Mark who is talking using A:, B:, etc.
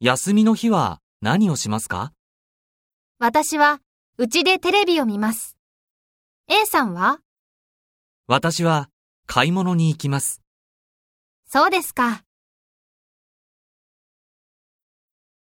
A: 休みの日は何をしますか
B: 私は、うちでテレビを見ます。A さんは
A: 私は買い物に行きます。
B: そうですか。